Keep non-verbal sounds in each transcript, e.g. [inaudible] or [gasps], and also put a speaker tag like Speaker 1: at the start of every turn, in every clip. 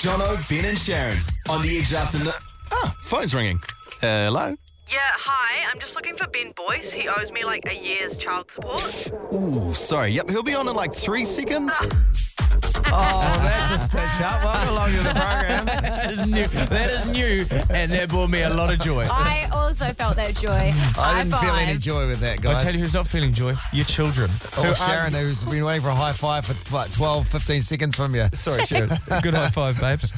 Speaker 1: Jono, Ben, and Sharon on the Edge Afternoon. Ah, phone's ringing. hello.
Speaker 2: Yeah, hi. I'm just looking for Ben Boyce. He owes me like a year's child support.
Speaker 1: Ooh, sorry. Yep, he'll be on in like three seconds.
Speaker 3: Oh, that's a stitch up. Welcome along to the program. That is new. That is new, and that brought me a lot of joy.
Speaker 4: I also felt that joy.
Speaker 3: I
Speaker 4: High
Speaker 3: didn't feel any
Speaker 4: five.
Speaker 3: joy with that,
Speaker 5: I
Speaker 3: guys.
Speaker 5: tell you who's not feeling joy. Your children.
Speaker 3: Oh,
Speaker 5: Who
Speaker 3: Sharon, who's been waiting for a high five for tw- 12, 15 seconds from you. [laughs]
Speaker 5: Sorry, Sharon. Good high five, babes.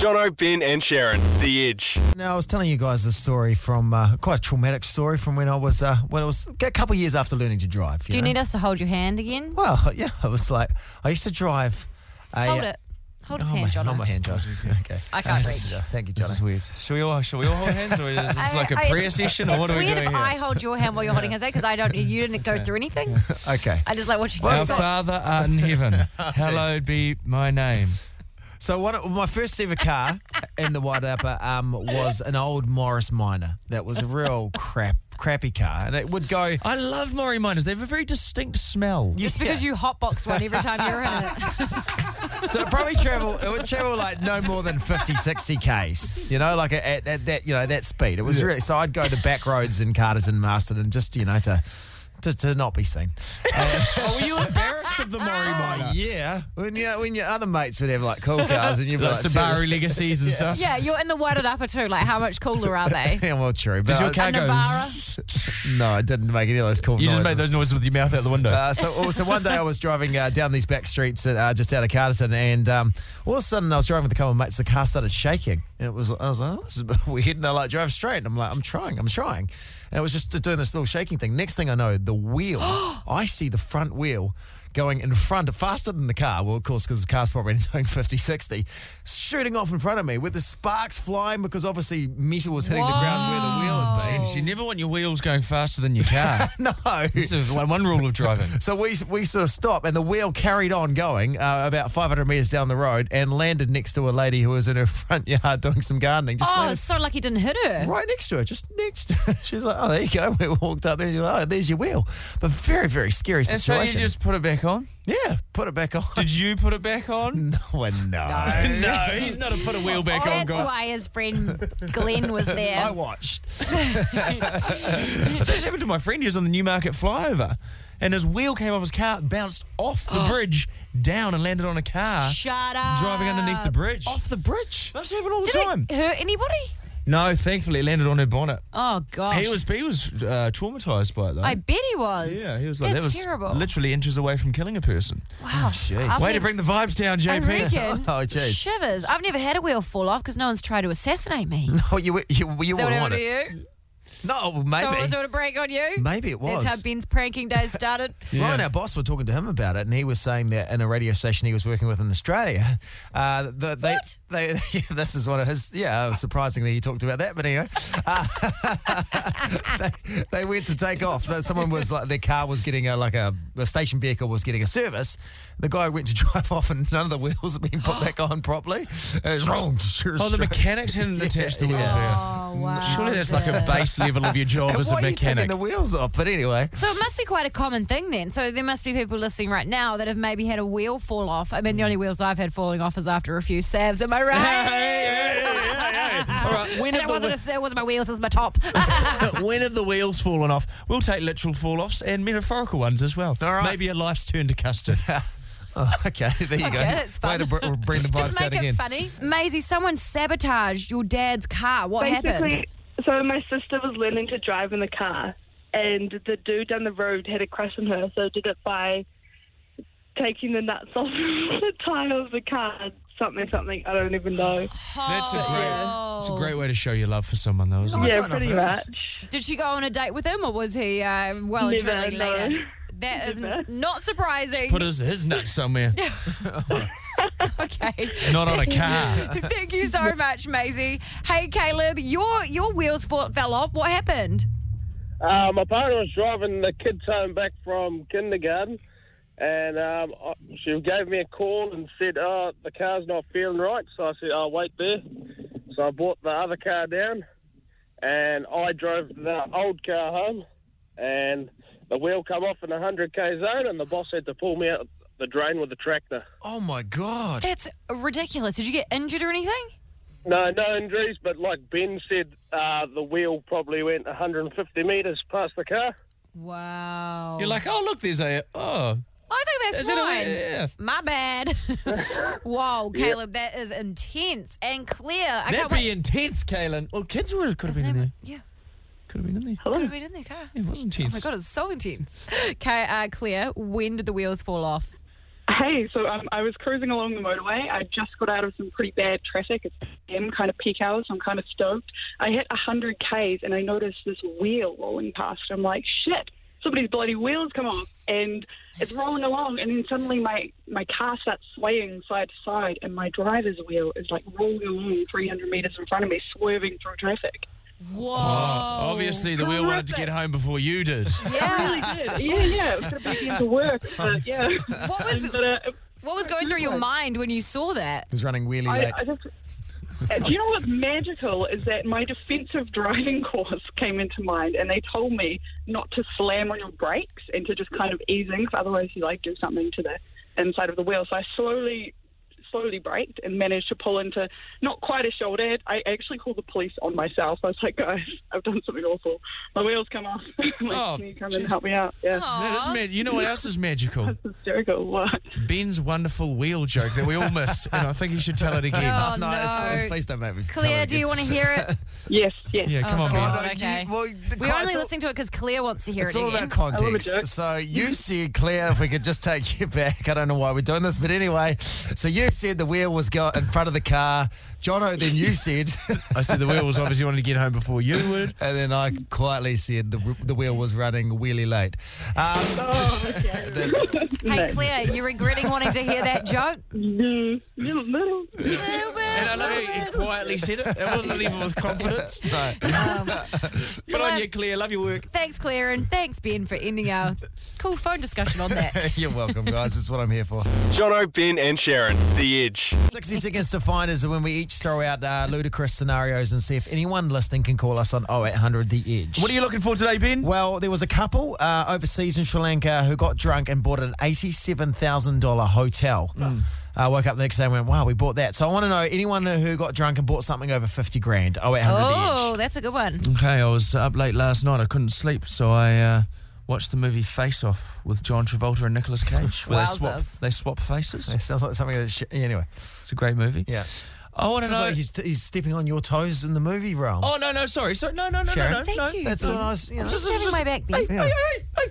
Speaker 1: Jono, Ben, and Sharon, the Edge.
Speaker 3: Now, I was telling you guys this story from uh, quite a traumatic story from when I was uh, when I was a couple of years after learning to drive.
Speaker 4: Do you
Speaker 3: know?
Speaker 4: need us to hold your hand again?
Speaker 3: Well, [laughs] yeah, I was like, I used to drive. A,
Speaker 4: Hold it. Hold his
Speaker 3: Oh,
Speaker 4: hand,
Speaker 3: my,
Speaker 4: John.
Speaker 3: not my hand, John. Okay.
Speaker 4: I can't reach.
Speaker 3: Thank you, John.
Speaker 5: This is weird. Should we all should we all hold hands or is this
Speaker 4: I-
Speaker 5: like a
Speaker 4: I-
Speaker 5: prayer session or what
Speaker 4: it's
Speaker 5: are we
Speaker 4: weird
Speaker 5: doing
Speaker 4: if
Speaker 5: here?
Speaker 4: I hold your hand while you're holding his hand because I don't. You didn't go through anything.
Speaker 3: Okay.
Speaker 4: I just like watching. you.
Speaker 5: Our Father art in [laughs] heaven, hallowed be my name.
Speaker 3: So one of, my first
Speaker 4: [laughs]
Speaker 3: ever car in the White Upper um, was an old Morris Minor. That was a real crap, crappy car, and it would go.
Speaker 5: I love Maury miners. They have a very distinct [laughs] smell.
Speaker 4: Oh, It's because you hotbox one every time you're in
Speaker 5: [laughs]
Speaker 4: it.
Speaker 3: So it probably travel. It would travel like no more than 50, 60 k's. You know, like at, at that, you know, that speed. It was really. So I'd go to back roads in Carterton, Masterton, just you know to. To, to not be seen.
Speaker 5: oh, were you embarrassed of the [laughs] Maury
Speaker 3: Oh, yeah. When, you, when your other mates would have like cool cars and you'd be
Speaker 5: Like
Speaker 3: like,
Speaker 5: Subaru legacies and stuff.
Speaker 4: Yeah, you're in the whited upper too. Like, how much cooler
Speaker 5: [laughs]
Speaker 4: are they?
Speaker 3: Yeah, well, true. But
Speaker 5: Did your
Speaker 3: I-
Speaker 5: car
Speaker 4: A
Speaker 5: go?
Speaker 4: Navara?
Speaker 3: No, I didn't make any of those cool
Speaker 5: You
Speaker 3: noises.
Speaker 5: just made those noises with your mouth out the window.
Speaker 3: Uh, so, so one day I was driving uh, down these back streets uh, just out of Carterton, and um, all of a sudden I was driving with a couple of mates. The car started shaking, and it was I was like, oh, "This is a bit [laughs] weird." And they're like, "Drive straight," and I'm like, "I'm trying, I'm trying," and it was just doing this little shaking thing. Next thing I know, the wheel. I see the front wheel going in front faster than the car. Well, of course, because the car's probably [laughs] doing 50, 60, shooting off in front of me with the sparks flying because obviously metal was hitting the ground where the wheel had been.
Speaker 5: you never want your wheels going faster than your [laughs] car.
Speaker 3: [laughs] No,
Speaker 5: This is one, one rule of driving.
Speaker 3: So we we sort of stopped, and the wheel carried on going uh, about 500 metres down the road and landed next to a lady who was in her [laughs] front yard doing some gardening. Just
Speaker 4: Oh,
Speaker 3: landed
Speaker 4: it's so lucky it didn't hit her.
Speaker 3: right next to her, [laughs] just next. She's like, "Oh, there you go." [laughs] We walked up there. And she's like, oh, there's your wheel. But very very scary
Speaker 5: And so
Speaker 3: situation.
Speaker 5: you just put it back on?
Speaker 3: yeah, put it back on. [laughs]
Speaker 5: Did you put it back on?
Speaker 3: no, well, no.
Speaker 5: [laughs] no, he's not a put a wheel back
Speaker 4: Oh, That's why his friend
Speaker 5: [laughs]
Speaker 4: Glenn was there.
Speaker 3: I watched.
Speaker 5: But this happened to my friend. He was on the Newmarket flyover, and his wheel came off his car, bounced off the bridge, down, and landed on a car
Speaker 4: Shut up.
Speaker 5: driving underneath the bridge.
Speaker 3: Off the bridge.
Speaker 5: That's happened all the
Speaker 4: Did
Speaker 5: time.
Speaker 4: it hurt anybody?
Speaker 5: No, thankfully, it landed on her bonnet.
Speaker 4: Oh gosh.
Speaker 5: He was he was uh, traumatized by it though.
Speaker 4: I bet he was.
Speaker 5: yeah, he was like
Speaker 4: That's
Speaker 5: that was
Speaker 4: terrible.
Speaker 5: literally inches away from killing a person.
Speaker 4: wow. I've
Speaker 5: Way to
Speaker 4: never-
Speaker 5: bring the vibes down,
Speaker 4: I
Speaker 5: JP.
Speaker 4: reckon.
Speaker 5: [laughs]
Speaker 3: Oh, geez.
Speaker 4: Shivers. I've never had a wheel fall off because no one's tried to assassinate
Speaker 5: [laughs]
Speaker 4: me.
Speaker 3: Oh, you were- you, you
Speaker 4: Is that
Speaker 3: were
Speaker 4: what
Speaker 3: on
Speaker 4: happened to
Speaker 3: it.
Speaker 4: you?
Speaker 3: No, well,
Speaker 4: Someone was
Speaker 3: maybe.
Speaker 4: doing a break on you?
Speaker 3: Maybe it was.
Speaker 4: That's how Ben's
Speaker 5: [laughs]
Speaker 4: pranking day started.
Speaker 3: Ryan, our boss, were talking to him about it, and he was saying that in a radio station he was working with in Australia, uh, the, they,
Speaker 4: What?
Speaker 3: they, [laughs] this is one of his, yeah, surprisingly he talked about that, but anyway, [laughs] uh, they, they went to take off. That Someone was like, their car was getting a, like a, a station vehicle was getting a service. The guy went to [laughs] drive off, and none of the wheels had been put back on properly. And it's wrong. [laughs]
Speaker 5: Oh, the mechanics hadn't attached the wheels.
Speaker 4: [laughs]
Speaker 5: there.
Speaker 4: Oh, wow.
Speaker 5: Mm, Surely that's like a base level of your
Speaker 4: Oh,
Speaker 3: [laughs]
Speaker 5: job as
Speaker 3: Why
Speaker 5: a
Speaker 3: are you taking
Speaker 5: mechanic.
Speaker 3: the wheels off? But anyway. [laughs]
Speaker 4: So it must be quite a common thing then. So there must be people listening right now that have maybe had a wheel fall off. I
Speaker 5: Mm.
Speaker 4: mean, the only wheels I've had falling off is after a few sabs. Am I right?
Speaker 5: [laughs] All right, when
Speaker 4: And
Speaker 5: have
Speaker 4: it
Speaker 5: the
Speaker 4: wasn't,
Speaker 5: whe-
Speaker 4: a sab, it wasn't my wheels, it was
Speaker 5: [laughs]
Speaker 4: my top.
Speaker 5: when have the wheels fallen off? We'll take literal fall offs and metaphorical ones as well.
Speaker 3: All right.
Speaker 5: Maybe a life's turned to custard.
Speaker 3: Oh, okay, there you go.
Speaker 4: Okay, that's
Speaker 3: Way to br- bring the
Speaker 4: [laughs]
Speaker 3: vibes
Speaker 4: Just
Speaker 3: out
Speaker 4: make it
Speaker 3: again.
Speaker 4: funny. Maisie, someone sabotaged your dad's car. What happened?
Speaker 6: Basically, so my sister was learning to drive in the car, and the dude down the road had a crush on her, so did it by taking the nuts [laughs] off the tire of the car. Something, something. I don't even know.
Speaker 5: That's a great, it's a
Speaker 4: Oh.
Speaker 5: great way to show your love for someone, though, isn't it?
Speaker 6: yeah,
Speaker 3: don't know if
Speaker 6: pretty
Speaker 3: it is.
Speaker 6: much.
Speaker 4: Did she go on a date with him or was he uh, well and
Speaker 6: Never,
Speaker 4: truly
Speaker 6: no.
Speaker 4: later? [laughs] That is
Speaker 6: Never.
Speaker 4: not surprising.
Speaker 5: Put his, his nut somewhere,
Speaker 4: [laughs]
Speaker 5: [laughs]
Speaker 4: okay.
Speaker 5: not on a car.
Speaker 4: [laughs] Thank you so much, Maisie. Hey, Caleb, your your wheels fall, fell off. What happened?
Speaker 7: Uh, my partner was driving the kids home back from kindergarten, and um, I- she gave me a call and said, "Oh, the car's not feeling right." So I said, "I'll wait there." So I brought the other car down, and I drove the old car home, and the wheel come off in a hundred k zone, and the boss had to pull me out the drain with the tractor.
Speaker 3: Oh my god.
Speaker 4: That's ridiculous. Did you get injured or anything?
Speaker 7: No, no injuries, but like Ben said, uh, the wheel probably went 150 metres past the car.
Speaker 4: Wow.
Speaker 5: You're like, oh, look, there's a. Oh.
Speaker 4: I think that's
Speaker 5: Is it a-
Speaker 4: fine.
Speaker 5: yeah.
Speaker 4: My bad. [laughs] Whoa, Caleb, that is intense and clear. I
Speaker 5: That'd
Speaker 4: can't
Speaker 5: be
Speaker 4: wait.
Speaker 5: intense, Kaylin. Well, kids were, could have
Speaker 4: His
Speaker 5: been in
Speaker 4: name-
Speaker 5: there.
Speaker 4: yeah,
Speaker 5: Could have been in there.
Speaker 4: could have been in their car.
Speaker 5: It was
Speaker 4: Oh my
Speaker 5: intense.
Speaker 4: god, it's so intense. Okay, uh, Claire, when did the wheels fall off?
Speaker 8: Hey, so um, I was cruising along the motorway. I just got out of some pretty bad traffic. It's PM, kind of peak hours. I'm kind of stoked. I hit 100 k's and I noticed this wheel rolling past. I'm like, shit, somebody's bloody wheel's come off, and it's rolling along. And then suddenly my my car starts swaying side to side, and my driver's wheel is like rolling along 300 meters in front of me, swerving through
Speaker 4: [laughs]
Speaker 8: traffic.
Speaker 4: Whoa.
Speaker 5: Oh, Obviously, the wheel wanted to get home before you did.
Speaker 4: Yeah.
Speaker 8: I really did. Yeah, yeah. It was going to be the end of work. But yeah.
Speaker 4: What
Speaker 8: [laughs]
Speaker 4: was-
Speaker 8: But, uh,
Speaker 4: What was going through your mind when you saw that?
Speaker 3: He's running really
Speaker 8: I,
Speaker 3: late.
Speaker 8: I just, Uh, do you know what's magical is that my defensive driving [laughs] course came into mind, and they told me not to slam on your brakes and to just kind of ease in, 'cause otherwise you like do something to the inside of the wheel. So I slowly, slowly braked and managed to pull into not quite a shoulder. head. I actually called the police on myself. I was like, guys, I've done something awful. My wheels come off. [laughs] like,
Speaker 5: Oh,
Speaker 8: can you come
Speaker 5: geez.
Speaker 8: and help me out? Yeah,
Speaker 5: That is
Speaker 4: Aw.
Speaker 5: mad. You know what else is
Speaker 4: [laughs]
Speaker 5: magical?
Speaker 8: it's hysterical. What?
Speaker 5: Ben's wonderful wheel joke that we all missed, and I think he should tell it again.
Speaker 4: Oh,
Speaker 3: no, it's-
Speaker 4: no.
Speaker 3: it's- please don't make me. tell
Speaker 4: Claire,
Speaker 3: it
Speaker 4: do you
Speaker 3: again.
Speaker 4: want to hear it?
Speaker 8: Yes, yes.
Speaker 5: Yeah, come
Speaker 4: Oh,
Speaker 5: on, Ben.
Speaker 4: God.
Speaker 3: Oh, no,
Speaker 4: Okay.
Speaker 3: you- well, the
Speaker 5: [laughs]
Speaker 4: We're
Speaker 3: con- it's
Speaker 4: only
Speaker 3: all-
Speaker 4: listening to it because Claire wants to hear
Speaker 3: It's
Speaker 4: it
Speaker 3: all
Speaker 4: again.
Speaker 3: about context.
Speaker 8: joke.
Speaker 3: So you said, Claire, if we could just take you back. I don't know why we're doing this, but anyway. So you said the wheel was go- in front of the car. Jono, then you said, [laughs]
Speaker 5: I said the wheel was obviously wanting to get home before you would.
Speaker 3: and then I quietly said the, the wheel was running really late. Um, [laughs]
Speaker 8: Oh, okay.
Speaker 4: hey, Claire, you're regretting wanting to hear
Speaker 5: [laughs]
Speaker 4: that joke?
Speaker 8: Mm, [laughs] little, little.
Speaker 5: And I love how you quietly said it. It wasn't even with
Speaker 4: [laughs]
Speaker 5: confidence.
Speaker 3: no.
Speaker 5: But on you, Claire. Love your work.
Speaker 4: Um, Thanks, Claire, and thanks, Ben, for ending our cool phone discussion
Speaker 5: [laughs]
Speaker 4: on that.
Speaker 3: You're welcome, guys. That's what I'm here for.
Speaker 1: Jono, Ben, and Sharon. The Edge.
Speaker 3: 60 seconds to find is when we each throw out uh, ludicrous scenarios and see if anyone listening can call us on 0800 The Edge.
Speaker 5: What are you looking for today, Ben?
Speaker 3: Well, there was a couple uh, overseas in Sri Lanka who got drunk and bought an eighty-seven thousand dollar hotel.
Speaker 5: Hmm.
Speaker 3: I woke up the next day and went, "Wow, we bought that." So I want to know anyone who got drunk and bought something over fifty grand. Oh, eight hundred.
Speaker 4: Oh, that's a good one.
Speaker 5: Okay, I was up late last night. I couldn't sleep, so I uh, watched the movie Face Off with John Travolta and Nicolas Cage. where they swap,
Speaker 4: Wowzers.
Speaker 5: they swap faces.
Speaker 3: It sounds like something that. Sh- anyway,
Speaker 5: It's a great movie.
Speaker 3: yeah.
Speaker 5: I want to
Speaker 3: Sounds
Speaker 5: know.
Speaker 3: like he's, he's stepping on your toes in the movie realm.
Speaker 5: oh no, no, sorry, sorry, no, no, no,
Speaker 3: Sharon?
Speaker 5: no, no.
Speaker 4: Thank
Speaker 5: no.
Speaker 4: you.
Speaker 3: that's what I was. You know,
Speaker 5: Just-
Speaker 4: Having
Speaker 5: just-
Speaker 4: my back, Ben.
Speaker 5: Hey, hey, hey,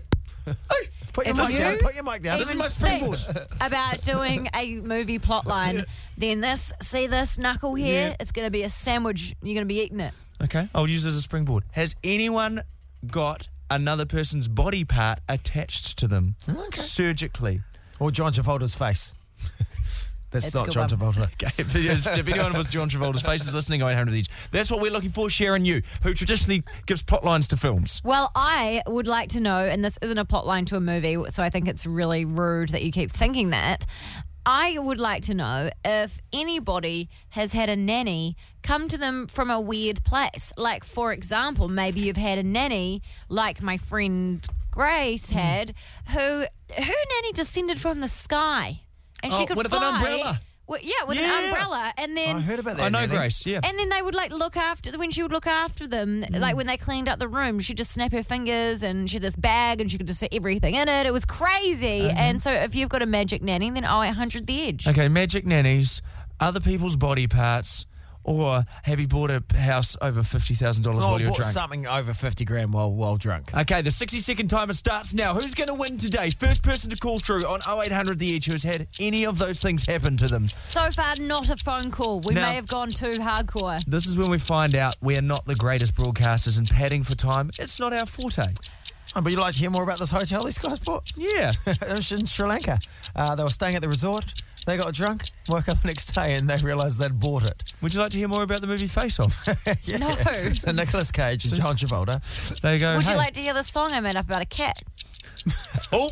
Speaker 5: hey, hey.
Speaker 3: put your
Speaker 4: If
Speaker 3: mic
Speaker 4: you
Speaker 3: down. Put your mic down.
Speaker 5: This is
Speaker 4: even
Speaker 5: my springboard.
Speaker 4: think About doing a movie
Speaker 5: [laughs]
Speaker 4: plot line, then this, see this knuckle here?
Speaker 5: Yeah.
Speaker 4: It's going to be a sandwich. You're going to be eating it.
Speaker 5: Okay, I'll use it as a springboard. Has anyone got another person's body part attached to them surgically?
Speaker 3: Or John Travolta's face. [laughs] that's
Speaker 4: That's a
Speaker 3: not
Speaker 4: good
Speaker 3: John
Speaker 4: one.
Speaker 3: Travolta.
Speaker 5: Okay, [laughs] if if anyone with John Travolta's face is listening, 800 each. That's what we're looking for, Sharon You, who traditionally gives plot lines to films.
Speaker 4: Well, I would like to know, and this isn't a plot line to a movie, so I think it's really rude that you keep thinking that. I would like to know if anybody has had a nanny come to them from a weird place. Like, for example, maybe you've had a nanny, like my friend Grace
Speaker 5: Hmm.
Speaker 4: had, who her nanny descended from the sky, and she
Speaker 5: Oh,
Speaker 4: could
Speaker 5: with an
Speaker 4: fly.
Speaker 5: umbrella.
Speaker 4: Wi- yeah, with
Speaker 5: Yeah.
Speaker 4: an umbrella, and then
Speaker 3: I heard about that.
Speaker 5: I know
Speaker 3: Nanny.
Speaker 5: Grace, [laughs] yeah.
Speaker 4: and then they would like look after when she would look after them,
Speaker 5: Mm.
Speaker 4: like when they cleaned up the room, she'd just snap her fingers and she had this bag and she could just fit everything in it. It was crazy. And so if you've got a magic nanny, then oh, 800 the edge.
Speaker 5: Uh-huh. Okay, magic nannies, other people's body parts, or have you bought a house over $50,000
Speaker 3: Oh,
Speaker 5: while you're
Speaker 3: bought
Speaker 5: drunk?
Speaker 3: something over fifty grand while while drunk.
Speaker 5: Okay, the 60 second timer starts now. Who's going to win today? First person to call through on 0800 The Edge who has had any of those things happen to them.
Speaker 4: So far, not a phone call. We
Speaker 5: Now-
Speaker 4: may have gone too hardcore.
Speaker 5: This is when we find out we are not the greatest broadcasters and padding for time. It's not our forte.
Speaker 3: Oh, but you'd like to hear more about this hotel these guys bought?
Speaker 5: Yeah.
Speaker 3: It was in Sri Lanka. Uh, they were staying at the resort. They got drunk, woke up the next day, and they realised they'd bought it.
Speaker 5: [laughs]
Speaker 3: [laughs]
Speaker 5: Would you like to hear more about the movie Face
Speaker 4: [laughs]
Speaker 5: Off?
Speaker 4: No.
Speaker 3: So Nicolas Cage and John Travolta.
Speaker 5: They go,
Speaker 4: Would
Speaker 5: Oh, hey.
Speaker 4: you like to hear the song I made up about a cat?
Speaker 5: Oh,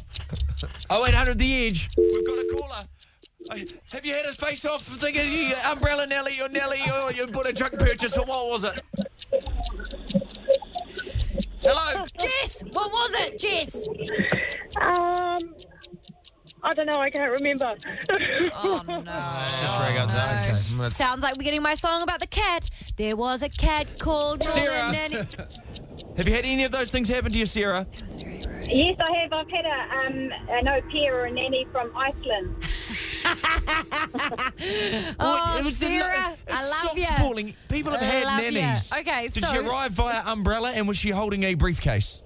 Speaker 5: 0800 The Edge. We've got a caller. Uh, Have you had a face off thinking you umbrella Nelly or Nelly or you bought a drug purchase or what was it? Hello?
Speaker 4: Jess, what was it, Jess?
Speaker 9: Um,
Speaker 6: I don't know. I can't
Speaker 10: [laughs]
Speaker 6: remember.
Speaker 5: [laughs]
Speaker 4: Oh no.
Speaker 3: Just rang out
Speaker 4: Oh,
Speaker 3: Darcy. That's-
Speaker 4: Sounds like we're getting my song about the cat. There was a cat called
Speaker 5: Sarah. [laughs]
Speaker 4: Robin and it
Speaker 5: Have you had any of those things happen to you, Sarah?
Speaker 4: was very rude.
Speaker 9: Yes, I have. I've had a, um, an au pair or a nanny from Iceland.
Speaker 4: Oh,
Speaker 5: it was the-
Speaker 4: Sarah,
Speaker 5: it's
Speaker 4: I love you.
Speaker 5: softballing. People have
Speaker 4: I
Speaker 5: had
Speaker 4: love ya.
Speaker 5: nannies.
Speaker 4: Okay,
Speaker 5: Did
Speaker 4: so-
Speaker 5: she arrive via umbrella and was she holding a briefcase?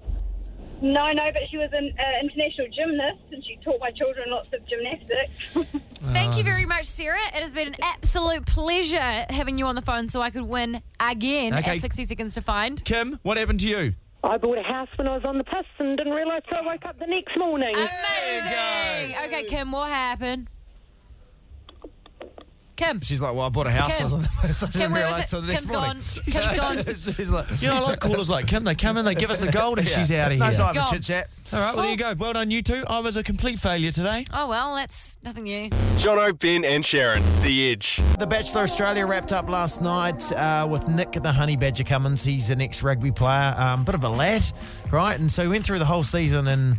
Speaker 9: No, no, but she was an uh, international gymnast and she taught my children lots of gymnastics. [laughs]
Speaker 4: Thank you very much, Sarah. It has been an absolute pleasure having you on the phone so I could win again
Speaker 5: Okay.
Speaker 4: at 60 seconds to find.
Speaker 5: Kim, what happened to you?
Speaker 11: I bought a house when I was on the piss and didn't realise till I woke up the next morning.
Speaker 4: Amazing. Okay, Kim, what happened? Kim.
Speaker 3: She's like, well, I bought a house.
Speaker 4: Kim.
Speaker 3: I was on the [laughs] first. I
Speaker 4: Kim,
Speaker 3: didn't
Speaker 4: where
Speaker 3: realise
Speaker 4: is
Speaker 3: till
Speaker 4: it?
Speaker 3: the next
Speaker 4: Kim's
Speaker 3: morning.
Speaker 4: gone. Kim's gone.
Speaker 3: [laughs] She's like,
Speaker 5: You know, I like callers like Kim. They come in, they give us [laughs] the gold, and she's out of
Speaker 3: no
Speaker 5: here.
Speaker 3: time
Speaker 4: gone.
Speaker 3: for chit chat.
Speaker 5: All right, well, there you go. Well done, you two. I was a complete failure today.
Speaker 4: Oh, well, that's nothing new.
Speaker 1: Jono, Ben, and Sharon. The Edge.
Speaker 3: The Bachelor Australia wrapped up last night uh, with Nick the Honey Badger Cummins. He's an ex rugby player, um, bit of a lad, right? And so he went through the whole season and,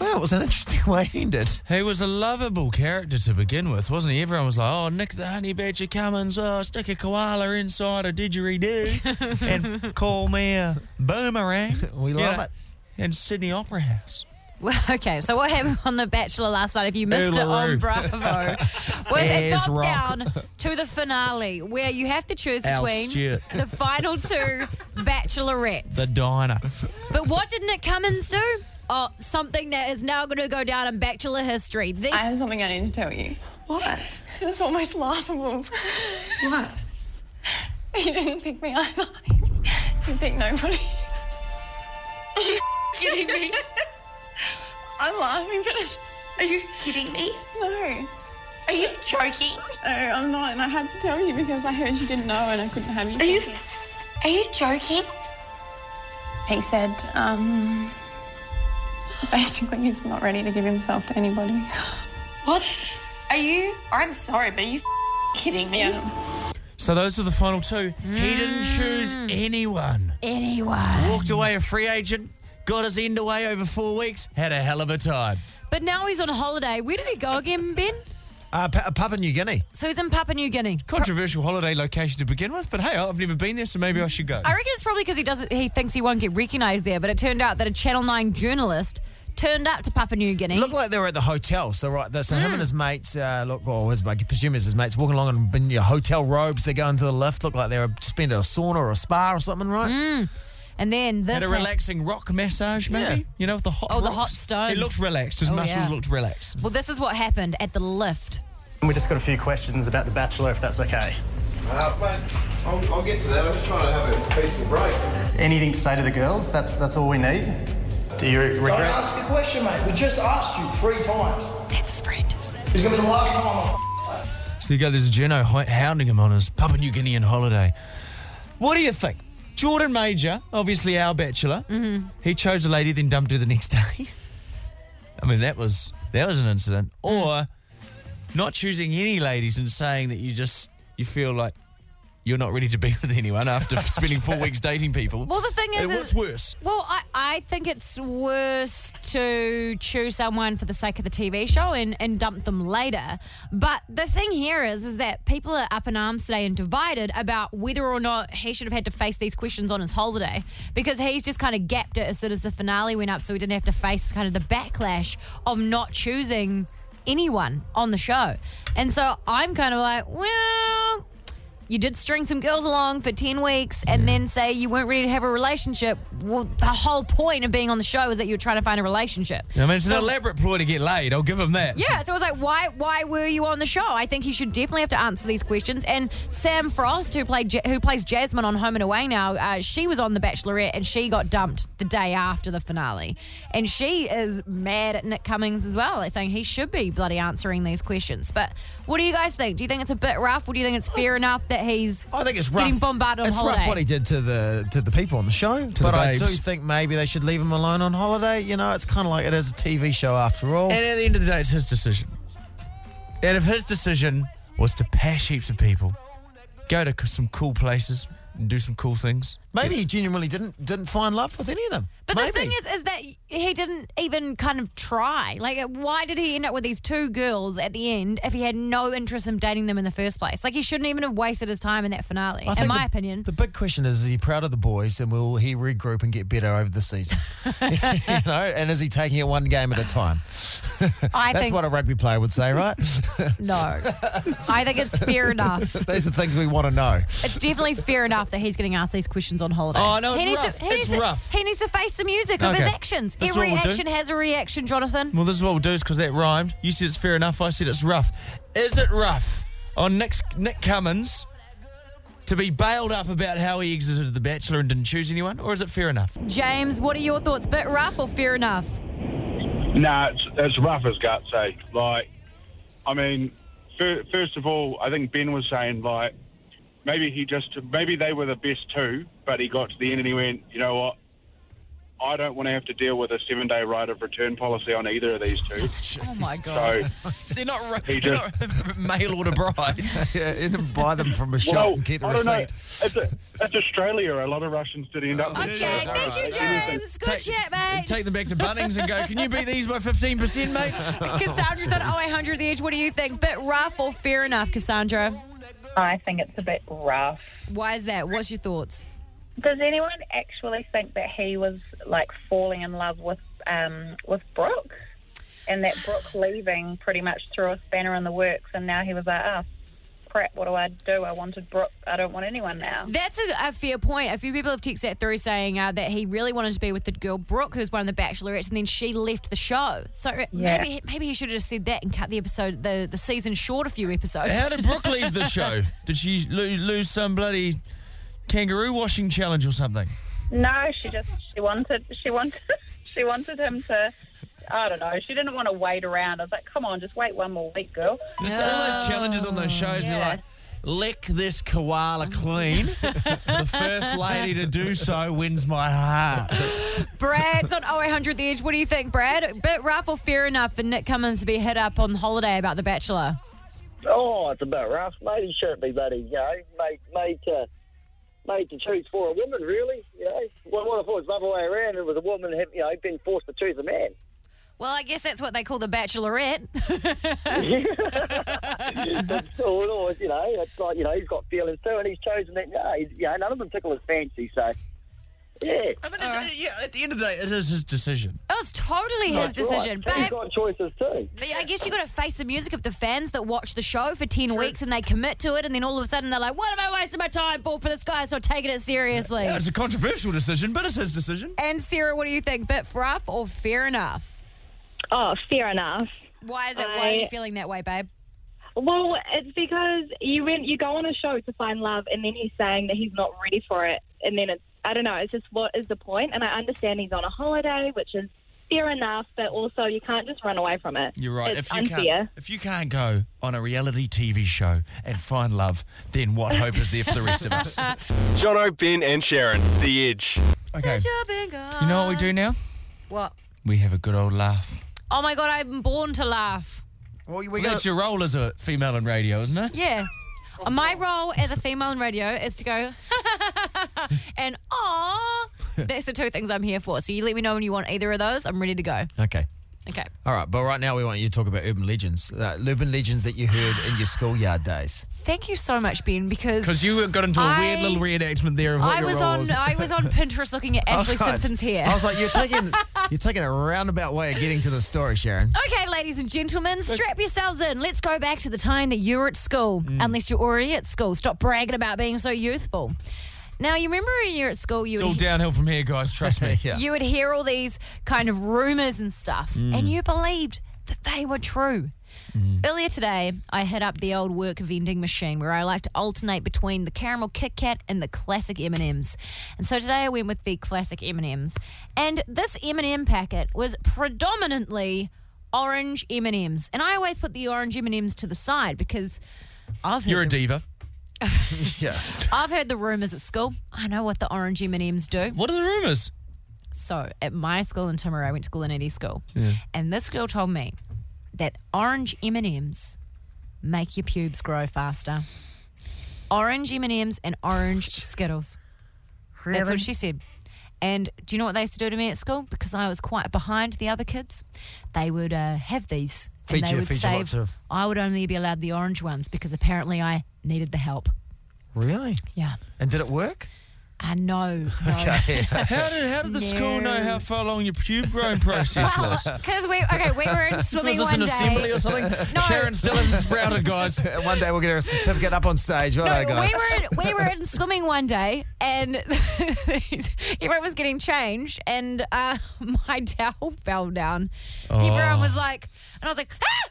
Speaker 3: well, it was an interesting [laughs] way it ended.
Speaker 5: He was a lovable character to begin with, wasn't he? Everyone was like, oh, Nick the Honey Badger Cummins, oh, stick a koala inside a [laughs] didgeridoo and call me a boomerang.
Speaker 3: We
Speaker 5: You
Speaker 3: love
Speaker 5: know,
Speaker 3: it.
Speaker 5: And Sydney Opera House.
Speaker 4: Well, [laughs] okay, so what happened on The Bachelor last night, if you missed it
Speaker 5: Uluru. [laughs]
Speaker 4: on Bravo, was it
Speaker 5: Yes,
Speaker 4: got
Speaker 5: rock.
Speaker 4: down to the finale where you have to choose
Speaker 5: Al
Speaker 4: between
Speaker 5: Stewart.
Speaker 4: the
Speaker 5: [laughs]
Speaker 4: final two bachelorettes.
Speaker 5: The diner.
Speaker 4: But what did Nick Cummins do? Oh, something that is now going to go down in Bachelor history. These
Speaker 12: have something I need to tell you. [laughs] What? It's almost laughable. What? [laughs] You didn't pick me either. [laughs] You picked nobody. [laughs] Are you [laughs] kidding me? I'm laughing, but it's. Are you kidding me? No. Are you joking? No, I'm not, and I had to tell you because I heard you didn't know and I couldn't have you. Are you. Are you joking? He said, um. Basically, he's not ready to give himself to anybody. What? Are you? I'm sorry, but are you kidding me?
Speaker 5: So those were the final two. He didn't
Speaker 4: Mm.
Speaker 5: choose anyone.
Speaker 4: anyone.
Speaker 5: Walked away a free agent, got his end away over four weeks, had a hell of a time.
Speaker 4: But now he's on holiday. Where did he go again, Ben?
Speaker 3: Uh, P- Papua New Guinea.
Speaker 4: So he's in Papua New Guinea.
Speaker 5: Controversial holiday location to begin with, but hey, I've never been there, so maybe I should go.
Speaker 4: I reckon it's probably because he doesn't. He thinks he won't get recognised there. But it turned out that a Channel Nine journalist turned up to Papua New Guinea.
Speaker 3: Looked like they were at the hotel. So right, there,
Speaker 5: Hmm.
Speaker 3: so him and his mates, uh, look, well, his mate, I presume is his mates walking along in- in your hotel robes. They go into the lift. Look like they were just been to a sauna or a spa or something, right?
Speaker 4: and then this.
Speaker 5: Had a
Speaker 4: happened.
Speaker 5: relaxing rock massage, maybe?
Speaker 3: Yeah.
Speaker 5: You know, with the hot
Speaker 4: Oh, the hot
Speaker 5: rocks.
Speaker 4: stones.
Speaker 5: He looked relaxed. His
Speaker 4: Oh,
Speaker 5: muscles
Speaker 4: yeah.
Speaker 5: looked relaxed.
Speaker 4: well, this is what happened at the lift.
Speaker 13: We just got a few questions about The Bachelor, if that's okay.
Speaker 7: Uh, mate, I'll, I'll get to that. I'm just trying to have a peaceful break.
Speaker 13: Anything to say to the girls? That's that's all we need. Do you regret?
Speaker 7: Ask a question, mate. We just asked you three times.
Speaker 4: That's his friend.
Speaker 7: It's going to be the last time.
Speaker 5: So there you go, there's Jono hi- hounding him on his Papua New Guinean holiday. What do you think? Jordan Major, obviously our bachelor,
Speaker 4: Mm-hmm.
Speaker 5: he chose a lady, then dumped her the next day. I mean, that was that was an incident.
Speaker 4: Mm.
Speaker 5: Or not choosing any ladies and saying that you just you feel like you're not ready to be [laughs] with anyone after spending
Speaker 4: [laughs]
Speaker 5: four weeks dating people.
Speaker 4: Well, the thing is,
Speaker 5: it was
Speaker 4: is-
Speaker 5: worse.
Speaker 4: Well, I, I think it's worse to choose someone for the sake of the TV show and, and dump them later. But the thing here is, is that people are up in arms today and divided about whether or not he should have had to face these questions on his holiday because he's just kind of gapped it as soon as the finale went up, so he didn't have to face kind of the backlash of not choosing anyone on the show. And so I'm kind of like, well, you did string some girls along for 10 weeks and then say you weren't ready to have a relationship. Well, the whole point of being on the show is that you're trying to find a relationship.
Speaker 5: I mean, it's an elaborate ploy to get laid. I'll give him that.
Speaker 4: Yeah, so I was like, why why were you on the show? I think he should definitely have to answer these questions. And Sam Frost, who played Ja- who plays Jasmine on Home and Away now, uh, she was on The Bachelorette and she got dumped the day after the finale. And she is mad at Nick Cummings as well, like, saying he should be bloody answering these questions. But what do you guys think? Do you think it's a bit rough, or do you think it's fair enough that he's
Speaker 3: I think it's rough.
Speaker 4: getting bombarded on
Speaker 3: it's
Speaker 4: holiday?
Speaker 3: rough what he did to the to the people on the show,
Speaker 5: the
Speaker 3: but I do
Speaker 5: babes.
Speaker 3: think maybe they should leave him alone on holiday. You know, it's kind of like it is a TV show after all.
Speaker 5: And at the end of the day, it's his decision. And if his decision was to pash heaps of people, go to c- some cool places, and do some cool things.
Speaker 3: Maybe he genuinely didn't didn't find love with any of them.
Speaker 4: But
Speaker 3: Maybe.
Speaker 4: the thing is, is that he didn't even kind of try. Like, why did he end up with these two girls at the end if he had no interest in dating them in the first place? Like, he shouldn't even have wasted his time in that finale, in
Speaker 3: think
Speaker 4: my
Speaker 3: the-
Speaker 4: opinion.
Speaker 3: The big question is: Is he proud of the boys, and will he regroup and get better over
Speaker 4: [laughs]
Speaker 3: the season? [laughs] you know, and is he taking it one game at a time?
Speaker 4: I
Speaker 3: That's
Speaker 4: think-
Speaker 3: what a rugby player would
Speaker 4: [laughs]
Speaker 3: say, right? [laughs]
Speaker 4: No, I think it's fair enough.
Speaker 3: These are things we want to know.
Speaker 4: It's definitely fair enough that he's getting asked these questions on holiday.
Speaker 3: Oh, no, it's
Speaker 4: he needs
Speaker 5: rough.
Speaker 4: To, he
Speaker 5: It's
Speaker 4: needs to-
Speaker 5: rough.
Speaker 4: he needs to face the music of his
Speaker 5: Okay.
Speaker 4: actions.
Speaker 5: That's
Speaker 4: Every
Speaker 5: what we'll do.
Speaker 4: action has a reaction, Jonathan.
Speaker 5: Well, this is what we'll do is because that rhymed. You said it's fair enough. I said it's rough. Is it rough on Nick's, Nick Cummins to be bailed up about how he exited The Bachelor and didn't choose anyone, or is it fair enough? [laughs]
Speaker 4: James, what are your thoughts? Bit rough or fair enough?
Speaker 14: Nah, it's, it's rough as guts, eh? Like, I mean, fir- first of all, I think Ben was saying, like, maybe he just, maybe they were the best two, but he got to the end and he went, you know what? I don't want to have to deal with a seven day right of return policy on either of these two.
Speaker 5: Oh my God.
Speaker 14: So,
Speaker 5: They're not, ru-
Speaker 14: He
Speaker 5: they're not [laughs] mail order
Speaker 3: [laughs]
Speaker 5: brides.
Speaker 3: yeah, and buy them from a shop
Speaker 14: well,
Speaker 3: and keep the
Speaker 14: I don't know.
Speaker 3: receipt.
Speaker 14: It's, a, it's Australia. A lot of Russians did end up.
Speaker 4: Okay, thank you, James. Good chat, mate.
Speaker 5: Take them back to Bunnings and go, can you beat these by 15%, mate?
Speaker 4: Cassandra's on 0800 "Oh, The Edge. What do you think? Bit rough or fair enough, Cassandra?
Speaker 15: I think it's a bit rough.
Speaker 4: Why is that? What's your thoughts?
Speaker 15: Does anyone actually think that he was like falling in love with um, with Brooke, and that Brooke leaving pretty much threw a spanner in the works, and now he was like, oh, crap, what do I do? I wanted Brooke. I don't want anyone now.
Speaker 4: That's a, a fair point. A few people have texted that through saying uh, that he really wanted to be with the girl Brooke, who's one of the Bachelorettes, and then she left the show. So uh, maybe maybe he should have just said that and cut the episode, the, the season short a few episodes.
Speaker 5: How did Brooke leave
Speaker 16: [laughs]
Speaker 5: the show? Did she lo- lose some bloody kangaroo washing challenge or something?
Speaker 15: No, she just she wanted she wanted [laughs] she wanted him to. I don't know. She didn't want to wait around. I was like, come on, just wait one more week, girl.
Speaker 5: There's all those challenges on those shows. They're like, lick this koala clean. the first lady to do so wins my heart.
Speaker 4: Brad's on 0800 The Edge. What do you think, Brad? Bit rough or fair enough for Nick Cummins to be hit up on holiday about The Bachelor?
Speaker 17: Oh, it's about rough. Ladies shouldn't be bloody, you know, made, made, to, made to choose for a woman, really. You know, what, what if it was the other way around? It was a woman, had, you know, been forced to choose a man.
Speaker 4: Well, I guess that's what they call The Bachelorette.
Speaker 17: But still, it always, you know, it's like, you know, he's got feelings too, and he's chosen that. No, he's, you know, none of them tickle his fancy, so. Yeah.
Speaker 5: I mean, it's, yeah, at the end of the day, it is his decision.
Speaker 4: It was totally his
Speaker 17: That's
Speaker 4: decision.
Speaker 17: Right. He's
Speaker 4: Babe,
Speaker 17: got choices too.
Speaker 4: But I guess you got to face the music of the fans that watch the show for 10 weeks and they commit to it, and then all of a sudden they're like, what am I wasting my time for for this guy? So taking it seriously.
Speaker 5: Yeah, it's a controversial decision, but it's his decision.
Speaker 4: And Sarah, what do you think? Bit rough or fair enough?
Speaker 16: Oh, fair enough.
Speaker 4: Why is it? Why are you
Speaker 16: I-
Speaker 4: feeling that way, babe?
Speaker 16: Well, it's because you went, you go on a show to find love, and then he's saying that he's not ready for it, and then it's I don't know. It's just what is the point? And I understand he's on a holiday, which is fair enough, but also you can't just run away from it.
Speaker 5: You're right.
Speaker 16: It's
Speaker 5: if you
Speaker 16: unfair.
Speaker 5: can't, if you can't go on a reality TV show and find love, then what hope is there for the rest of
Speaker 16: [laughs]
Speaker 5: us?
Speaker 1: Jono, Ben, and Sharon, The Edge.
Speaker 5: Okay. You know what we do now?
Speaker 4: What?
Speaker 5: We have a good old laugh.
Speaker 4: Oh my God, I'm born to laugh.
Speaker 3: Well,
Speaker 5: We well, that's your role as a female in radio, isn't
Speaker 17: [laughs]
Speaker 5: it?
Speaker 4: Yeah. My role as a female in radio is to go [laughs] and
Speaker 5: [laughs]
Speaker 4: aw. That's the two things I'm here for. So you let me know when you want either of those. I'm ready to go.
Speaker 3: Okay.
Speaker 4: Okay.
Speaker 3: All right, but right now we want you to talk about urban legends, uh, urban legends that you heard in your schoolyard days.
Speaker 4: Thank you so much, Ben, because
Speaker 5: Because you got into a weird
Speaker 4: I-
Speaker 5: little reenactment there of what
Speaker 4: I
Speaker 5: your
Speaker 4: was
Speaker 5: role
Speaker 4: on
Speaker 5: was.
Speaker 4: I was on Pinterest looking at
Speaker 3: Oh,
Speaker 4: Ashley
Speaker 3: God.
Speaker 4: Simpson's hair.
Speaker 3: I was like, you're taking you're taking a roundabout way of getting to the story, Sharon.
Speaker 4: Okay, ladies and gentlemen, strap yourselves in. Let's go back to the time that you were at school. Unless you're already at school. Stop bragging about being so youthful. Now, you remember when you were at school, you
Speaker 5: It's
Speaker 4: would
Speaker 5: all downhill from here, guys. Trust [laughs] me.
Speaker 4: you would hear all these kind of rumors and stuff,
Speaker 5: Mm.
Speaker 4: and you believed that they were true. Earlier today, I hit up the old work vending machine where I like to alternate between the caramel Kit Kat and the classic M and M's. And so today I went with the classic M and M's, and this M and M packet was predominantly orange M and M's. And I always put the orange M and M's to the side because I've
Speaker 5: You're a
Speaker 4: heard the,
Speaker 5: diva. yeah.
Speaker 4: I've heard the rumors at school. I know what the orange M and M's do.
Speaker 5: What are the rumours?
Speaker 4: So at my school in Timaru, I went to Gleneedy School, and this girl told me that orange M and M's make your pubes grow faster. orange M&Ms and orange Skittles. That's
Speaker 18: Really?
Speaker 4: what she said. And do you know what they used to do to me at school? Because I was quite behind the other kids, they would uh, have these. and
Speaker 3: Feed
Speaker 4: they
Speaker 3: you-
Speaker 4: would
Speaker 3: feed you
Speaker 4: save.
Speaker 3: lots of-
Speaker 4: I would only be allowed the orange ones because apparently I needed the help.
Speaker 3: Really?
Speaker 4: Yeah.
Speaker 3: And did it work?
Speaker 5: [laughs]
Speaker 4: I know.
Speaker 3: Okay.
Speaker 4: [laughs]
Speaker 5: How did how did the school know how far along your pube growing process
Speaker 4: Well, [laughs]
Speaker 5: was?
Speaker 4: because we okay, we
Speaker 5: [laughs]
Speaker 4: were in swimming
Speaker 5: was this
Speaker 4: one
Speaker 5: an
Speaker 4: day.
Speaker 5: assembly or something?
Speaker 4: [laughs] No.
Speaker 5: Sharon still
Speaker 3: [laughs]
Speaker 5: hasn't sprouted, guys.
Speaker 3: One day we'll get her a certificate up on stage. Well
Speaker 4: No,
Speaker 3: done, guys.
Speaker 4: we were in, we were
Speaker 5: [laughs]
Speaker 4: in swimming one day, and [laughs] everyone was getting changed, and uh, [laughs] my towel fell down.
Speaker 18: Oh.
Speaker 4: Everyone was like, and I was like, ah!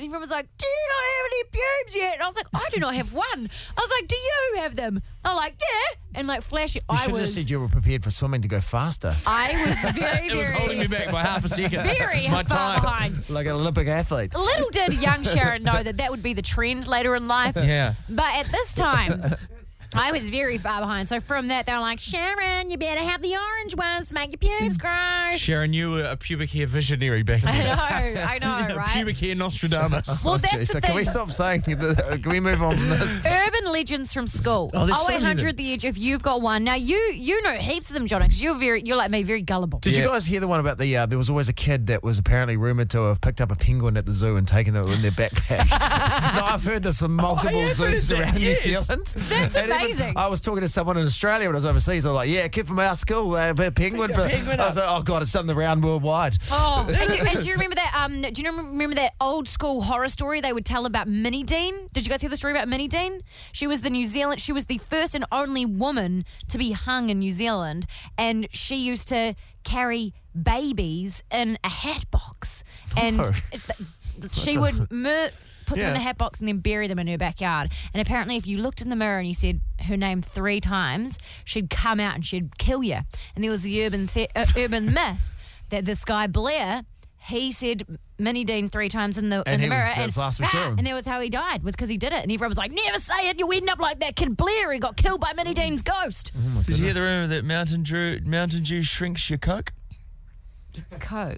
Speaker 4: And everyone was like, do you not have any pubes yet? And I was like, I do not have one. I was like, do you have them? They were like, yeah. And like flashy,
Speaker 3: you
Speaker 4: I
Speaker 3: should have
Speaker 4: was.
Speaker 3: said you were prepared for swimming to go faster.
Speaker 4: I was
Speaker 5: [laughs]
Speaker 4: very,
Speaker 5: It was
Speaker 4: very.
Speaker 5: holding me back by half a second.
Speaker 4: [laughs] Very
Speaker 5: My
Speaker 4: far
Speaker 5: time.
Speaker 4: behind.
Speaker 3: Like an Olympic athlete.
Speaker 4: Little did young Sharon know that that would be the trend later in
Speaker 5: [laughs]
Speaker 4: life.
Speaker 3: Yeah.
Speaker 4: But at this
Speaker 3: [laughs]
Speaker 4: time, I was very far behind. So from that, they were like, Sharon, you better have the orange ones to make your
Speaker 3: Mm.
Speaker 4: pubes grow.
Speaker 5: Sharon, you were a pubic hair visionary back
Speaker 4: [laughs] I
Speaker 5: then.
Speaker 4: know, I
Speaker 3: [laughs]
Speaker 5: [laughs]
Speaker 4: know,
Speaker 5: A
Speaker 4: right?
Speaker 5: Pubic hair Nostradamus.
Speaker 4: Well, that's the
Speaker 3: so can we
Speaker 4: thing.
Speaker 3: stop saying that? Can we move on
Speaker 4: [laughs]
Speaker 3: from this?
Speaker 4: Urban legends from school.
Speaker 3: Oh, there's so many
Speaker 4: 0800
Speaker 3: of them.
Speaker 4: the edge. If you've got one, now you you know heaps of them, John, because you're very you're like me, very gullible.
Speaker 3: Did you guys hear the one about the? Uh, there was always a kid that was apparently rumored to have picked up a penguin at the zoo and taken it in
Speaker 5: [laughs]
Speaker 3: their backpack. no, I've heard this from multiple
Speaker 18: have heard
Speaker 3: zoos
Speaker 18: that,
Speaker 3: around
Speaker 18: yes.
Speaker 3: New Zealand.
Speaker 18: That's
Speaker 3: And even-
Speaker 18: amazing.
Speaker 3: I was talking to someone in Australia when I was overseas. I was like, "Yeah, a kid from our school, uh, a penguin."
Speaker 18: Picked a penguin
Speaker 3: I was
Speaker 18: up.
Speaker 3: like, "Oh God, it's something around worldwide."
Speaker 4: Oh, and do, and do you remember that? Um, do you remember that old school horror story they would tell about Minnie Dean? Did you guys hear the story about Minnie Dean? She was the New Zealand. She was the first and only woman to be hung in New Zealand, and she used to carry babies in a hat box, and
Speaker 18: No.
Speaker 4: th- she would mur- put them in
Speaker 18: Yeah.
Speaker 4: the hat box and then bury them in her backyard. And apparently, if you looked in the mirror and you said her name three times, she'd come out and she'd kill you. And there was the urban the- uh, urban [laughs] myth that this guy Blair. He said Minnie Dean three times in the, in
Speaker 3: And
Speaker 4: the
Speaker 3: he was-
Speaker 4: mirror,
Speaker 3: that's
Speaker 4: and,
Speaker 3: last
Speaker 4: [laughs]
Speaker 3: we saw him.
Speaker 4: and that was how he died, was because he did it. And everyone was like, "Never say it, you end up like that kid Blair. He got killed by Minnie Dean's ghost."
Speaker 5: Did you hear the rumor that Mountain Dew Mountain Dew shrinks your coke?
Speaker 4: Coke.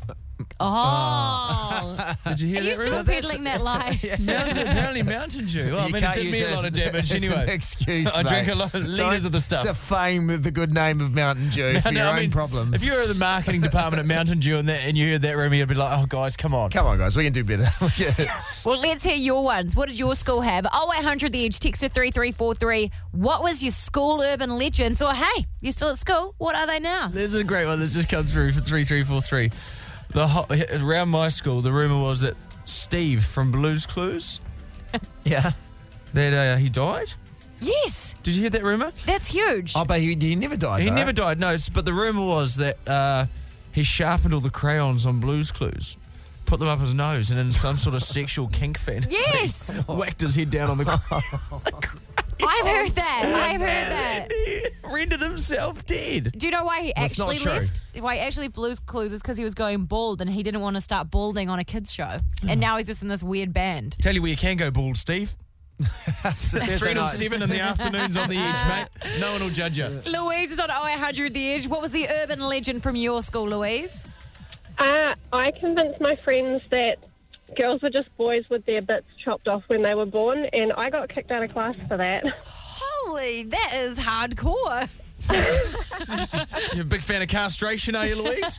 Speaker 3: Oh. [laughs]
Speaker 4: Oh,
Speaker 5: Did you hear
Speaker 4: [laughs] Are
Speaker 5: that
Speaker 4: you still
Speaker 5: rumor?
Speaker 4: peddling that lie?
Speaker 5: Mountain, apparently Mountain Dew. Well, I
Speaker 3: You
Speaker 5: mean, it
Speaker 3: can't
Speaker 5: did
Speaker 3: use
Speaker 5: me
Speaker 3: that
Speaker 5: a
Speaker 3: as
Speaker 5: lot of
Speaker 3: an-
Speaker 5: damage
Speaker 3: as an
Speaker 5: anyway.
Speaker 3: excuse,
Speaker 5: I drink
Speaker 3: mate.
Speaker 5: a lot of
Speaker 3: Don't
Speaker 5: liters of the stuff.
Speaker 3: Defame the good name of Mountain Dew for
Speaker 5: No,
Speaker 3: your
Speaker 5: I
Speaker 3: own
Speaker 5: mean,
Speaker 3: problems.
Speaker 5: If you were in the marketing department at Mountain Dew and, that, and you heard that rumor, you'd be like, "Oh, guys, come on,
Speaker 3: come on, guys, we can do better." [laughs]
Speaker 4: Well, let's hear your ones. What did your school have? 0800 The Edge, text to 3343. What was your school urban legend? So, hey, you're still at school. What are they now?
Speaker 5: This is a great one that's just come through for 3343. The ho- around my school, the rumor was that Steve from Blues Clues,
Speaker 3: yeah,
Speaker 5: that uh, he died.
Speaker 4: Yes.
Speaker 5: Did you hear that rumor?
Speaker 4: That's huge.
Speaker 3: Oh, but he, he never died.
Speaker 5: He
Speaker 3: though.
Speaker 5: never died. No, it's- but the rumor was that uh, he sharpened all the crayons on Blues Clues, put them up his nose, and in some sort of sexual kink fantasy,
Speaker 3: [laughs]
Speaker 4: Yes!
Speaker 5: [laughs] whacked his head down on the.
Speaker 4: [laughs] I've
Speaker 3: Oh,
Speaker 4: heard that. I've heard that.
Speaker 5: [laughs] rendered himself dead.
Speaker 4: Do you know why he
Speaker 5: That's not
Speaker 4: actually
Speaker 5: true.
Speaker 4: left? Why he actually Blues Clues is because he was going bald and he didn't want to start balding on a kids' show.
Speaker 5: Hmm.
Speaker 4: And now he's just in this weird band.
Speaker 5: Tell you where you can go bald, [laughs] Steve.
Speaker 3: That's
Speaker 5: Three
Speaker 3: so
Speaker 5: till
Speaker 3: nice.
Speaker 5: seven in the afternoons [laughs] on the edge, mate. No one will judge you.
Speaker 4: Louise is on 0800 The Edge. What was the urban legend from your school, Louise?
Speaker 16: Uh, I convinced my friends that girls were just boys with their bits chopped off when they were born, and I got kicked out of class for that. [laughs]
Speaker 4: Holy, that is hardcore.
Speaker 5: You're a big fan of castration, are you, [laughs] Louise?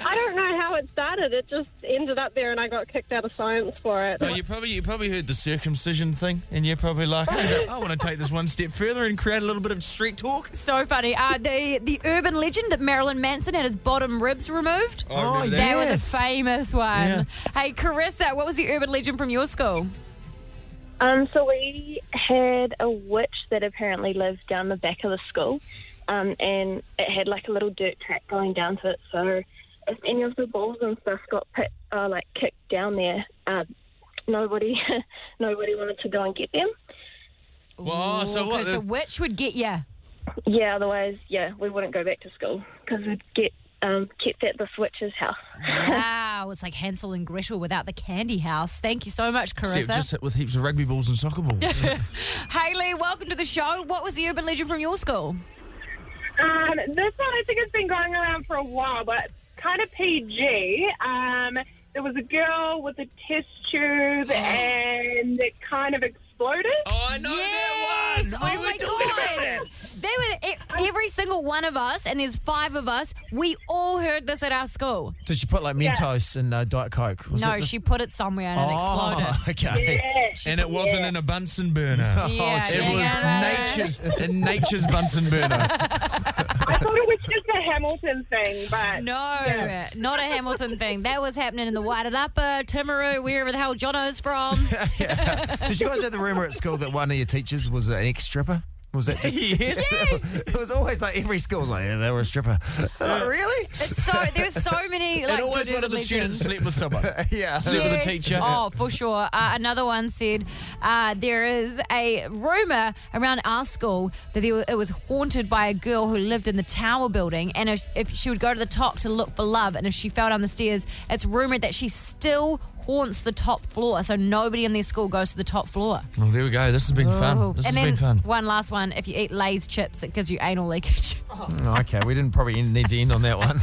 Speaker 16: I don't know how it started. It just ended up there, and I got kicked out of science for it.
Speaker 5: No, you probably you probably heard the circumcision thing, and you're probably like, I, I want to take this one step further and create a little bit of street talk.
Speaker 4: So funny. Uh, the the urban legend that Marilyn Manson had his bottom ribs removed.
Speaker 5: I remember Oh, that.
Speaker 4: that was
Speaker 5: yes.
Speaker 4: a famous one. Hey, Carissa, what was the urban legend from your school?
Speaker 19: Um, so we had a witch that apparently lived down the back of the school, um, and it had like a little dirt track going down to it. So if any of the balls and stuff got pit, uh, like kicked down there, uh, nobody, [laughs] nobody wanted to go and get them.
Speaker 5: Well, so what?
Speaker 4: Because the witch would get you.
Speaker 19: Yeah, otherwise, yeah, we wouldn't go back to school because we'd get um, kept at this witch's house.
Speaker 4: Wow, it's Ah, like Hansel and Gretel without the candy house. Thank you so much,
Speaker 5: Except
Speaker 4: Carissa.
Speaker 5: just hit with heaps of rugby balls and soccer balls.
Speaker 4: Haley, welcome to the show. What was the urban legend from your school?
Speaker 10: Um, this one I think has been going around for a while, but it's kind of PG.
Speaker 17: [gasps]
Speaker 10: Um, there was a girl with a test tube, and it kind of exploded? [laughs] Oh, I know
Speaker 4: Yes!
Speaker 10: that one.
Speaker 4: oh my god! They were e- every single one of us, and there's five of us. We all heard this at our school.
Speaker 3: Did she put like
Speaker 4: Yeah.
Speaker 3: Mentos and uh, Diet Coke? Was
Speaker 4: no,
Speaker 3: it the-
Speaker 4: she put it somewhere and it
Speaker 3: Oh,
Speaker 4: exploded.
Speaker 3: [laughs] okay.
Speaker 5: And it wasn't in a Bunsen burner.
Speaker 3: Oh, Yeah,
Speaker 5: it was nature's in nature's Bunsen burner.
Speaker 10: [laughs] I thought it was just a Hamilton thing, but
Speaker 4: No, not a Hamilton thing. That was happening in the Wairarapa, Timaru, wherever the hell Jono's from.
Speaker 3: Did you guys have the rumor at school that one of your teachers was an ex stripper? Was that just-
Speaker 4: [laughs] Yes. Yes.
Speaker 3: [laughs] It was always like every school was like, yeah, they were a stripper. [laughs] Oh, really?
Speaker 4: It's so there's so many. Like,
Speaker 5: and always
Speaker 4: good
Speaker 5: one of the students
Speaker 4: legends.
Speaker 5: slept with someone.
Speaker 3: [laughs] yeah.
Speaker 5: Slept with
Speaker 4: Yes.
Speaker 5: a teacher.
Speaker 4: Oh, for sure. Uh, another one said uh, there is a rumor around our school that there, it was haunted by a girl who lived in the tower building, and if, if she would go to the top to look for love, and if she fell down the stairs, it's rumored that she still haunts the top floor. So nobody in their school goes to the top floor.
Speaker 5: Well, Oh, there we go. This has been
Speaker 4: Ooh.
Speaker 5: fun. This
Speaker 4: Oh. and
Speaker 5: has
Speaker 4: then
Speaker 5: been fun.
Speaker 4: one last one. If you eat Lay's chips, it gives you anal leakage.
Speaker 3: Oh, okay, we didn't probably need to end on that one.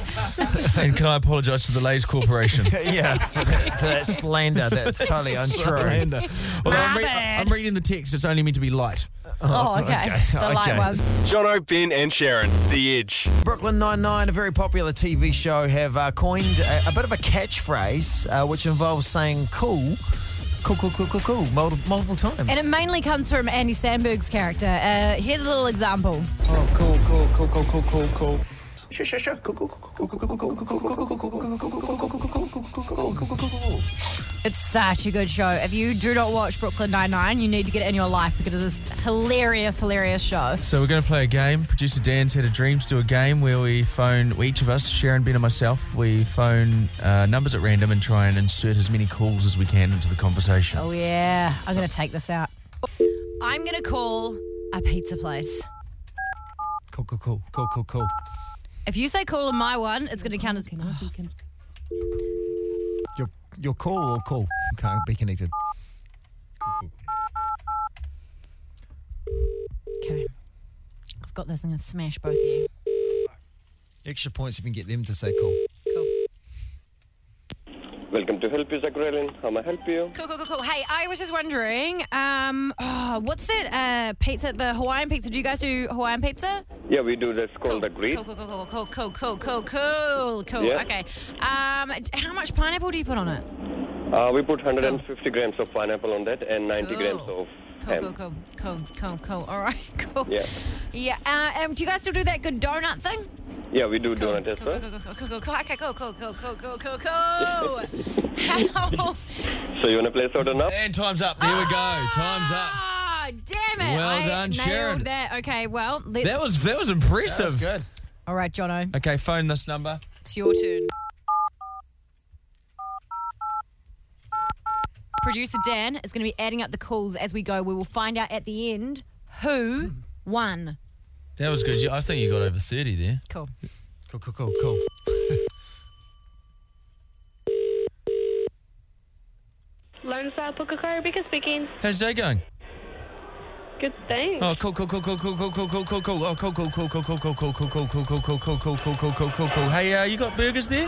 Speaker 5: [laughs]
Speaker 3: [laughs]
Speaker 5: and can I apologise to the Lays Corporation?
Speaker 4: [laughs]
Speaker 3: yeah, for that, for that slander, that's totally untrue.
Speaker 5: Slander. Although I'm,
Speaker 3: My
Speaker 5: rea-
Speaker 3: bad.
Speaker 5: I'm reading the text. It's only meant to be light.
Speaker 4: [laughs] Oh, okay. The light
Speaker 3: okay.
Speaker 4: ones.
Speaker 1: Jono, Ben, and Sharon, The Edge.
Speaker 3: Brooklyn Nine-Nine, a very popular TV show, have uh, coined a, a bit of a catchphrase uh, which involves saying cool, cool, cool, cool, cool, cool, multiple, multiple times.
Speaker 4: And it mainly comes from Andy Sandberg's character. Uh, here's a little example.
Speaker 13: Oh, cool, cool, cool, cool, cool, cool, cool.
Speaker 3: Sure, sure, sure. Cool, cool, cool, cool, cool, cool, cool, cool, cool, cool, cool, cool, cool, cool, cool, cool, cool, cool, cool, cool.
Speaker 4: It's such a good show. If you do not watch Brooklyn Nine-Nine, you need to get it in your life because it is a hilarious, hilarious show.
Speaker 5: So we're going to play a game. Producer Dan's had a dream to do a game where we phone each of us, Sharon, Ben, and myself. We phone uh, numbers at random and try and insert as many calls as we can into the conversation.
Speaker 4: Oh, yeah. I'm going to take this out. I'm going to call a pizza place.
Speaker 3: Cool, cool, cool, cool, cool, cool.
Speaker 4: If you say call on my one, it's going to count as...
Speaker 3: Your your call or call can't be connected.
Speaker 4: Okay. I've got this. I'm going to smash both of you.
Speaker 3: Extra points if you can get them to say cool.
Speaker 18: Welcome to Help You Zagrelin. How may I help you?
Speaker 4: Cool, cool, cool, cool. Hey, I was just wondering, um, oh, what's that uh, pizza, the Hawaiian pizza? Do you guys do Hawaiian pizza?
Speaker 18: Yeah, we do this called the greet.
Speaker 4: Cool, cool, cool, cool, cool, cool, cool, cool, cool, cool.
Speaker 18: Yeah.
Speaker 4: Okay. Um, d- how much pineapple do you put on it?
Speaker 18: Uh, we put 150 grams of pineapple on that and 90
Speaker 4: Cool.
Speaker 18: grams of
Speaker 4: Cool,
Speaker 18: ham.
Speaker 4: cool, cool, cool, cool, cool. All right, [laughs] cool.
Speaker 18: Yeah,
Speaker 4: Yeah. Uh, um, do you guys still do that good donut thing?
Speaker 18: yeah, we do donut as
Speaker 4: Cool,
Speaker 18: well.
Speaker 4: cool, cool, cool, cool, cool, cool. Okay, cool, cool, cool, cool, cool, cool, cool.
Speaker 5: [laughs]
Speaker 4: cool.
Speaker 18: So you wanna place order now?
Speaker 5: And time's up. There we go. Time's up.
Speaker 4: Ah, damn it!
Speaker 5: Well
Speaker 4: I
Speaker 5: done,
Speaker 4: nailed
Speaker 5: Sharon.
Speaker 4: That. Okay. Well, let's.
Speaker 5: That was that was impressive.
Speaker 3: good.
Speaker 4: All right, Jono.
Speaker 5: Okay, phone this number.
Speaker 4: It's your turn. Producer Dan is going to be adding up the calls as we go. We will find out at the end who won.
Speaker 5: That was good. You- I think you got over 30 there.
Speaker 4: Cool.
Speaker 3: Cool, cool, cool, cool.
Speaker 20: Lone Star Pukekohe, Rebecca speaking.
Speaker 5: How's your day going?
Speaker 20: Good thing.
Speaker 5: Oh, cool, cool, cool, cool, cool, cool, cool, cool, cool, cool. Oh, cool, cool, cool, cool, cool, cool, cool, cool, cool, cool, cool, cool, cool, cool, cool, cool, cool, cool, cool. Hey, uh, you got burgers there?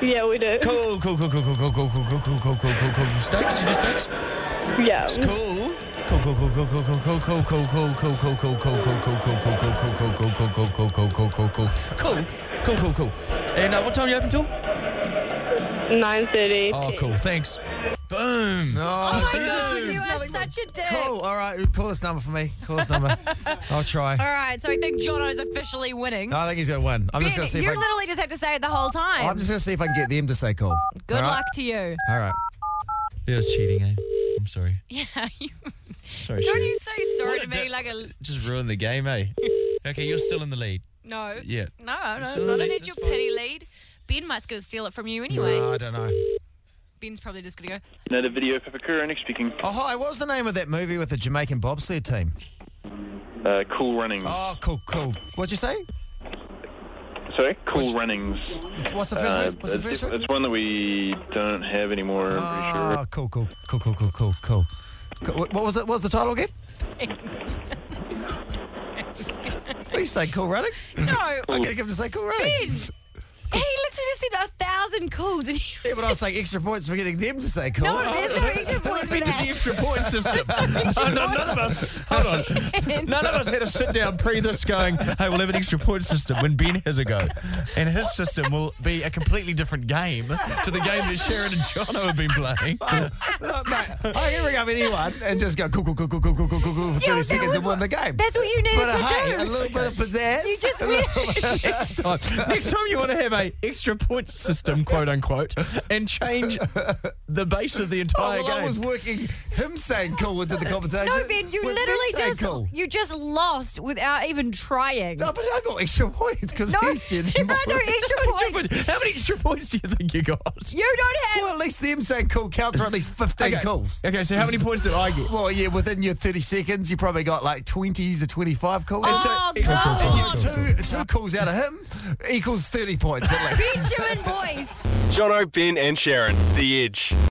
Speaker 20: Yeah, we do.
Speaker 5: Cool, cool, cool, cool, cool, cool, cool, cool, cool, cool, cool, cool, cool, cool. Steaks? You do steaks?
Speaker 20: Yeah.
Speaker 5: It's cool. Cool, cool, cool, cool, cool, cool, cool, cool, cool, cool, cool, cool, cool, cool, cool, cool, cool, cool, cool, cool, cool, cool, cool, cool, cool, cool, cool, cool, cool.
Speaker 3: Oh,
Speaker 5: Cool, cool, cool, cool. And uh, what time are you open till?
Speaker 20: 9.30.
Speaker 5: Oh, cool. Thanks. Boom.
Speaker 4: my
Speaker 3: Oh,
Speaker 4: God,
Speaker 3: Jesus,
Speaker 4: you are
Speaker 3: nothing
Speaker 4: such a dick.
Speaker 3: Cool. All right, call this number for me. Call
Speaker 4: [laughs]
Speaker 3: this number. I'll try.
Speaker 4: All right, so I think Jono's officially winning.
Speaker 3: No, I think he's going to win. I'm just
Speaker 4: Ben,
Speaker 3: going to see
Speaker 4: you
Speaker 3: if I can,
Speaker 4: literally just have to say it the whole time.
Speaker 3: I'm just going to see if I can get them to say cool.
Speaker 4: Good
Speaker 3: All right?
Speaker 4: luck to you. [laughs]
Speaker 3: All right.
Speaker 5: That was cheating, eh? I'm sorry.
Speaker 4: Yeah. You,
Speaker 5: Sorry,
Speaker 4: don't
Speaker 5: Sharon.
Speaker 4: you say sorry
Speaker 5: What
Speaker 4: to
Speaker 5: a
Speaker 4: me
Speaker 5: di-
Speaker 4: like a
Speaker 5: Just ruined the game, eh? Okay, you're still in the lead.
Speaker 4: no.
Speaker 5: Yeah.
Speaker 4: No, no,
Speaker 5: still
Speaker 4: I
Speaker 5: in
Speaker 4: don't
Speaker 5: it,
Speaker 4: need your pity lead. Ben Mike's going to steal it from you anyway.
Speaker 3: No, I don't know.
Speaker 4: Ben's probably just going to go.
Speaker 21: Another video, Papa Kuranik speaking.
Speaker 3: Oh, hi. What was the name of that movie with the Jamaican bobsled team?
Speaker 21: Uh, cool Runnings.
Speaker 3: Oh, cool, cool. What'd you say?
Speaker 21: Sorry? Cool Runnings.
Speaker 3: What's the first word? What's the
Speaker 21: it's-
Speaker 3: first word?
Speaker 21: It's one that we don't have anymore, Uh, I'm pretty sure.
Speaker 3: Oh, cool, cool, cool, cool, cool, cool, cool. Cool. What what was it? What was the
Speaker 4: [laughs]
Speaker 3: title again? Please say cool runnings.
Speaker 4: No.
Speaker 3: [laughs] I'm gonna give him to say cool runnings.
Speaker 4: He you just said a thousand calls. And you
Speaker 3: Yeah, but I was saying extra points for getting them to say
Speaker 4: [laughs]
Speaker 3: cool.
Speaker 4: No, there's no extra points for
Speaker 3: We did
Speaker 4: that.
Speaker 3: the extra point [laughs] system.
Speaker 5: no, no, none of us. Hold
Speaker 3: [laughs]
Speaker 5: on. None of us had a sit down pre this going, hey, we'll have an extra point system when Ben has a go. And his system will be a completely different game to the game that Sharon and Jono have been playing.
Speaker 3: Look, mate, I can ring up anyone and just go cool, cool, cool, cool, cool, cool, cool, cool, cool for 30
Speaker 4: that
Speaker 3: seconds
Speaker 4: was
Speaker 3: and win the game.
Speaker 4: That's what you needed
Speaker 3: But,
Speaker 4: to
Speaker 3: hey,
Speaker 4: do.
Speaker 3: a little bit of pizzazz.
Speaker 4: You just
Speaker 3: a
Speaker 4: really-
Speaker 3: little
Speaker 4: [laughs]
Speaker 3: bit of-
Speaker 5: next time, next time you want to have a extra point system, quote unquote, and change the base of the entire
Speaker 3: Oh, well,
Speaker 5: game.
Speaker 3: I was working him saying cool into the competition.
Speaker 4: No, Ben, you
Speaker 3: with them
Speaker 4: literally
Speaker 3: saying
Speaker 4: just
Speaker 3: cool.
Speaker 4: you just lost without even trying.
Speaker 3: No, but I got extra points because
Speaker 4: No,
Speaker 3: he said
Speaker 4: [laughs] you got no
Speaker 3: more.
Speaker 4: extra points.
Speaker 5: How many extra points do you think you got?
Speaker 4: You don't have.
Speaker 3: [laughs] Well, at least them saying cool counts for at least 15
Speaker 5: Okay.
Speaker 3: calls.
Speaker 5: Okay, so how many points did I get?
Speaker 3: Well, yeah, within your 30 seconds, you probably got like 20 to 25 calls.
Speaker 4: Oh,
Speaker 3: And so-
Speaker 4: God.
Speaker 3: and you get two, two calls out of him equals 30 points at least.
Speaker 4: Beach you and boys.
Speaker 1: Jono, Ben, and Sharon. The Edge.